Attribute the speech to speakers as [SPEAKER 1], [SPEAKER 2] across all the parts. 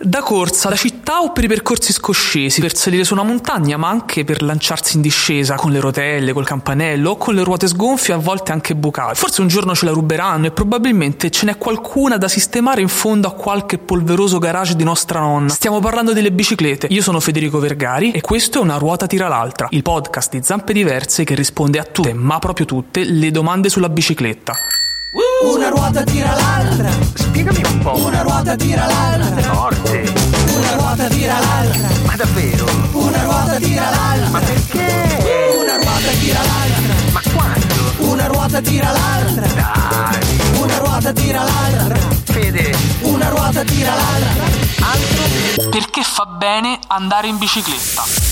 [SPEAKER 1] Da corsa, da città o per i percorsi scoscesi, per salire su una montagna, ma anche per lanciarsi in discesa con le rotelle, col campanello o con le ruote sgonfie, a volte anche bucate. Forse un giorno ce la ruberanno e probabilmente ce n'è qualcuna da sistemare in fondo a qualche polveroso garage di nostra nonna. Stiamo parlando delle biciclette. Io sono Federico Vergari e questo è Una ruota tira l'altra, il podcast di Zampe Diverse che risponde a tutte, ma proprio tutte, le domande sulla bicicletta.
[SPEAKER 2] Una ruota tira l'altra,
[SPEAKER 3] Spiegami un po'.
[SPEAKER 2] una ruota tira l'altra,
[SPEAKER 3] Forte.
[SPEAKER 2] una ruota tira l'altra,
[SPEAKER 3] Ma davvero?
[SPEAKER 2] una ruota tira l'altra,
[SPEAKER 3] Ma perché?
[SPEAKER 2] una ruota tira l'altra,
[SPEAKER 3] Ma quando?
[SPEAKER 2] una ruota tira l'altra,
[SPEAKER 3] Dai.
[SPEAKER 2] una ruota tira l'altra,
[SPEAKER 3] Fede.
[SPEAKER 2] una ruota tira l'altra.
[SPEAKER 1] Perché fa bene andare in bicicletta?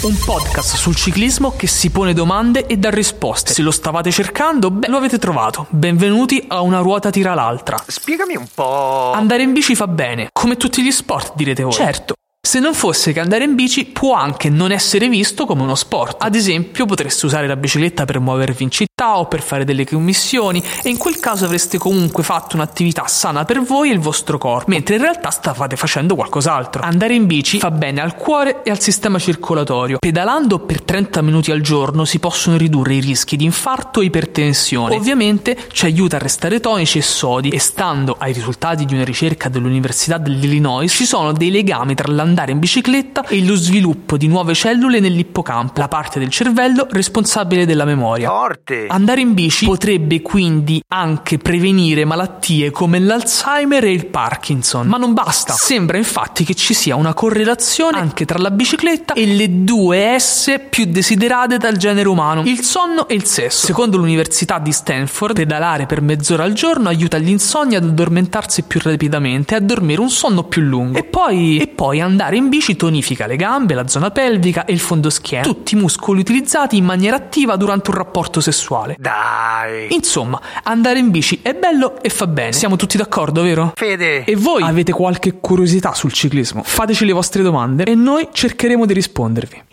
[SPEAKER 1] Un podcast sul ciclismo che si pone domande e dà risposte. Se lo stavate cercando, beh, lo avete trovato. Benvenuti a Una ruota tira l'altra.
[SPEAKER 3] Spiegami un po'.
[SPEAKER 1] Andare in bici fa bene, come tutti gli sport, direte voi. Certo. Se non fosse che andare in bici può anche non essere visto come uno sport. Ad esempio, potreste usare la bicicletta per muovervi in città o per fare delle commissioni e in quel caso avreste comunque fatto un'attività sana per voi e il vostro corpo, mentre in realtà stavate facendo qualcos'altro. Andare in bici fa bene al cuore e al sistema circolatorio. Pedalando per 30 minuti al giorno si possono ridurre i rischi di infarto e ipertensione. Ovviamente ci aiuta a restare tonici e sodi e stando ai risultati di una ricerca dell'Università dell'Illinois ci sono dei legami tra l'andare in bicicletta e lo sviluppo di nuove cellule nell'ippocampo, la parte del cervello responsabile della memoria.
[SPEAKER 3] Forte.
[SPEAKER 1] Andare in bici potrebbe quindi anche prevenire malattie come l'Alzheimer e il Parkinson, ma non basta. Sembra infatti che ci sia una correlazione anche tra la bicicletta e le due S più desiderate dal genere umano, il sonno e il sesso. Secondo l'Università di Stanford, pedalare per mezz'ora al giorno aiuta l'insonnia ad addormentarsi più rapidamente e a dormire un sonno più lungo. E poi, e poi andare in bici tonifica le gambe, la zona pelvica e il fondo schiena, tutti i muscoli utilizzati in maniera attiva durante un rapporto sessuale.
[SPEAKER 3] Dai.
[SPEAKER 1] Insomma, andare in bici è bello e fa bene. Siamo tutti d'accordo, vero?
[SPEAKER 3] Fede.
[SPEAKER 1] E voi avete qualche curiosità sul ciclismo? Fateci le vostre domande e noi cercheremo di rispondervi.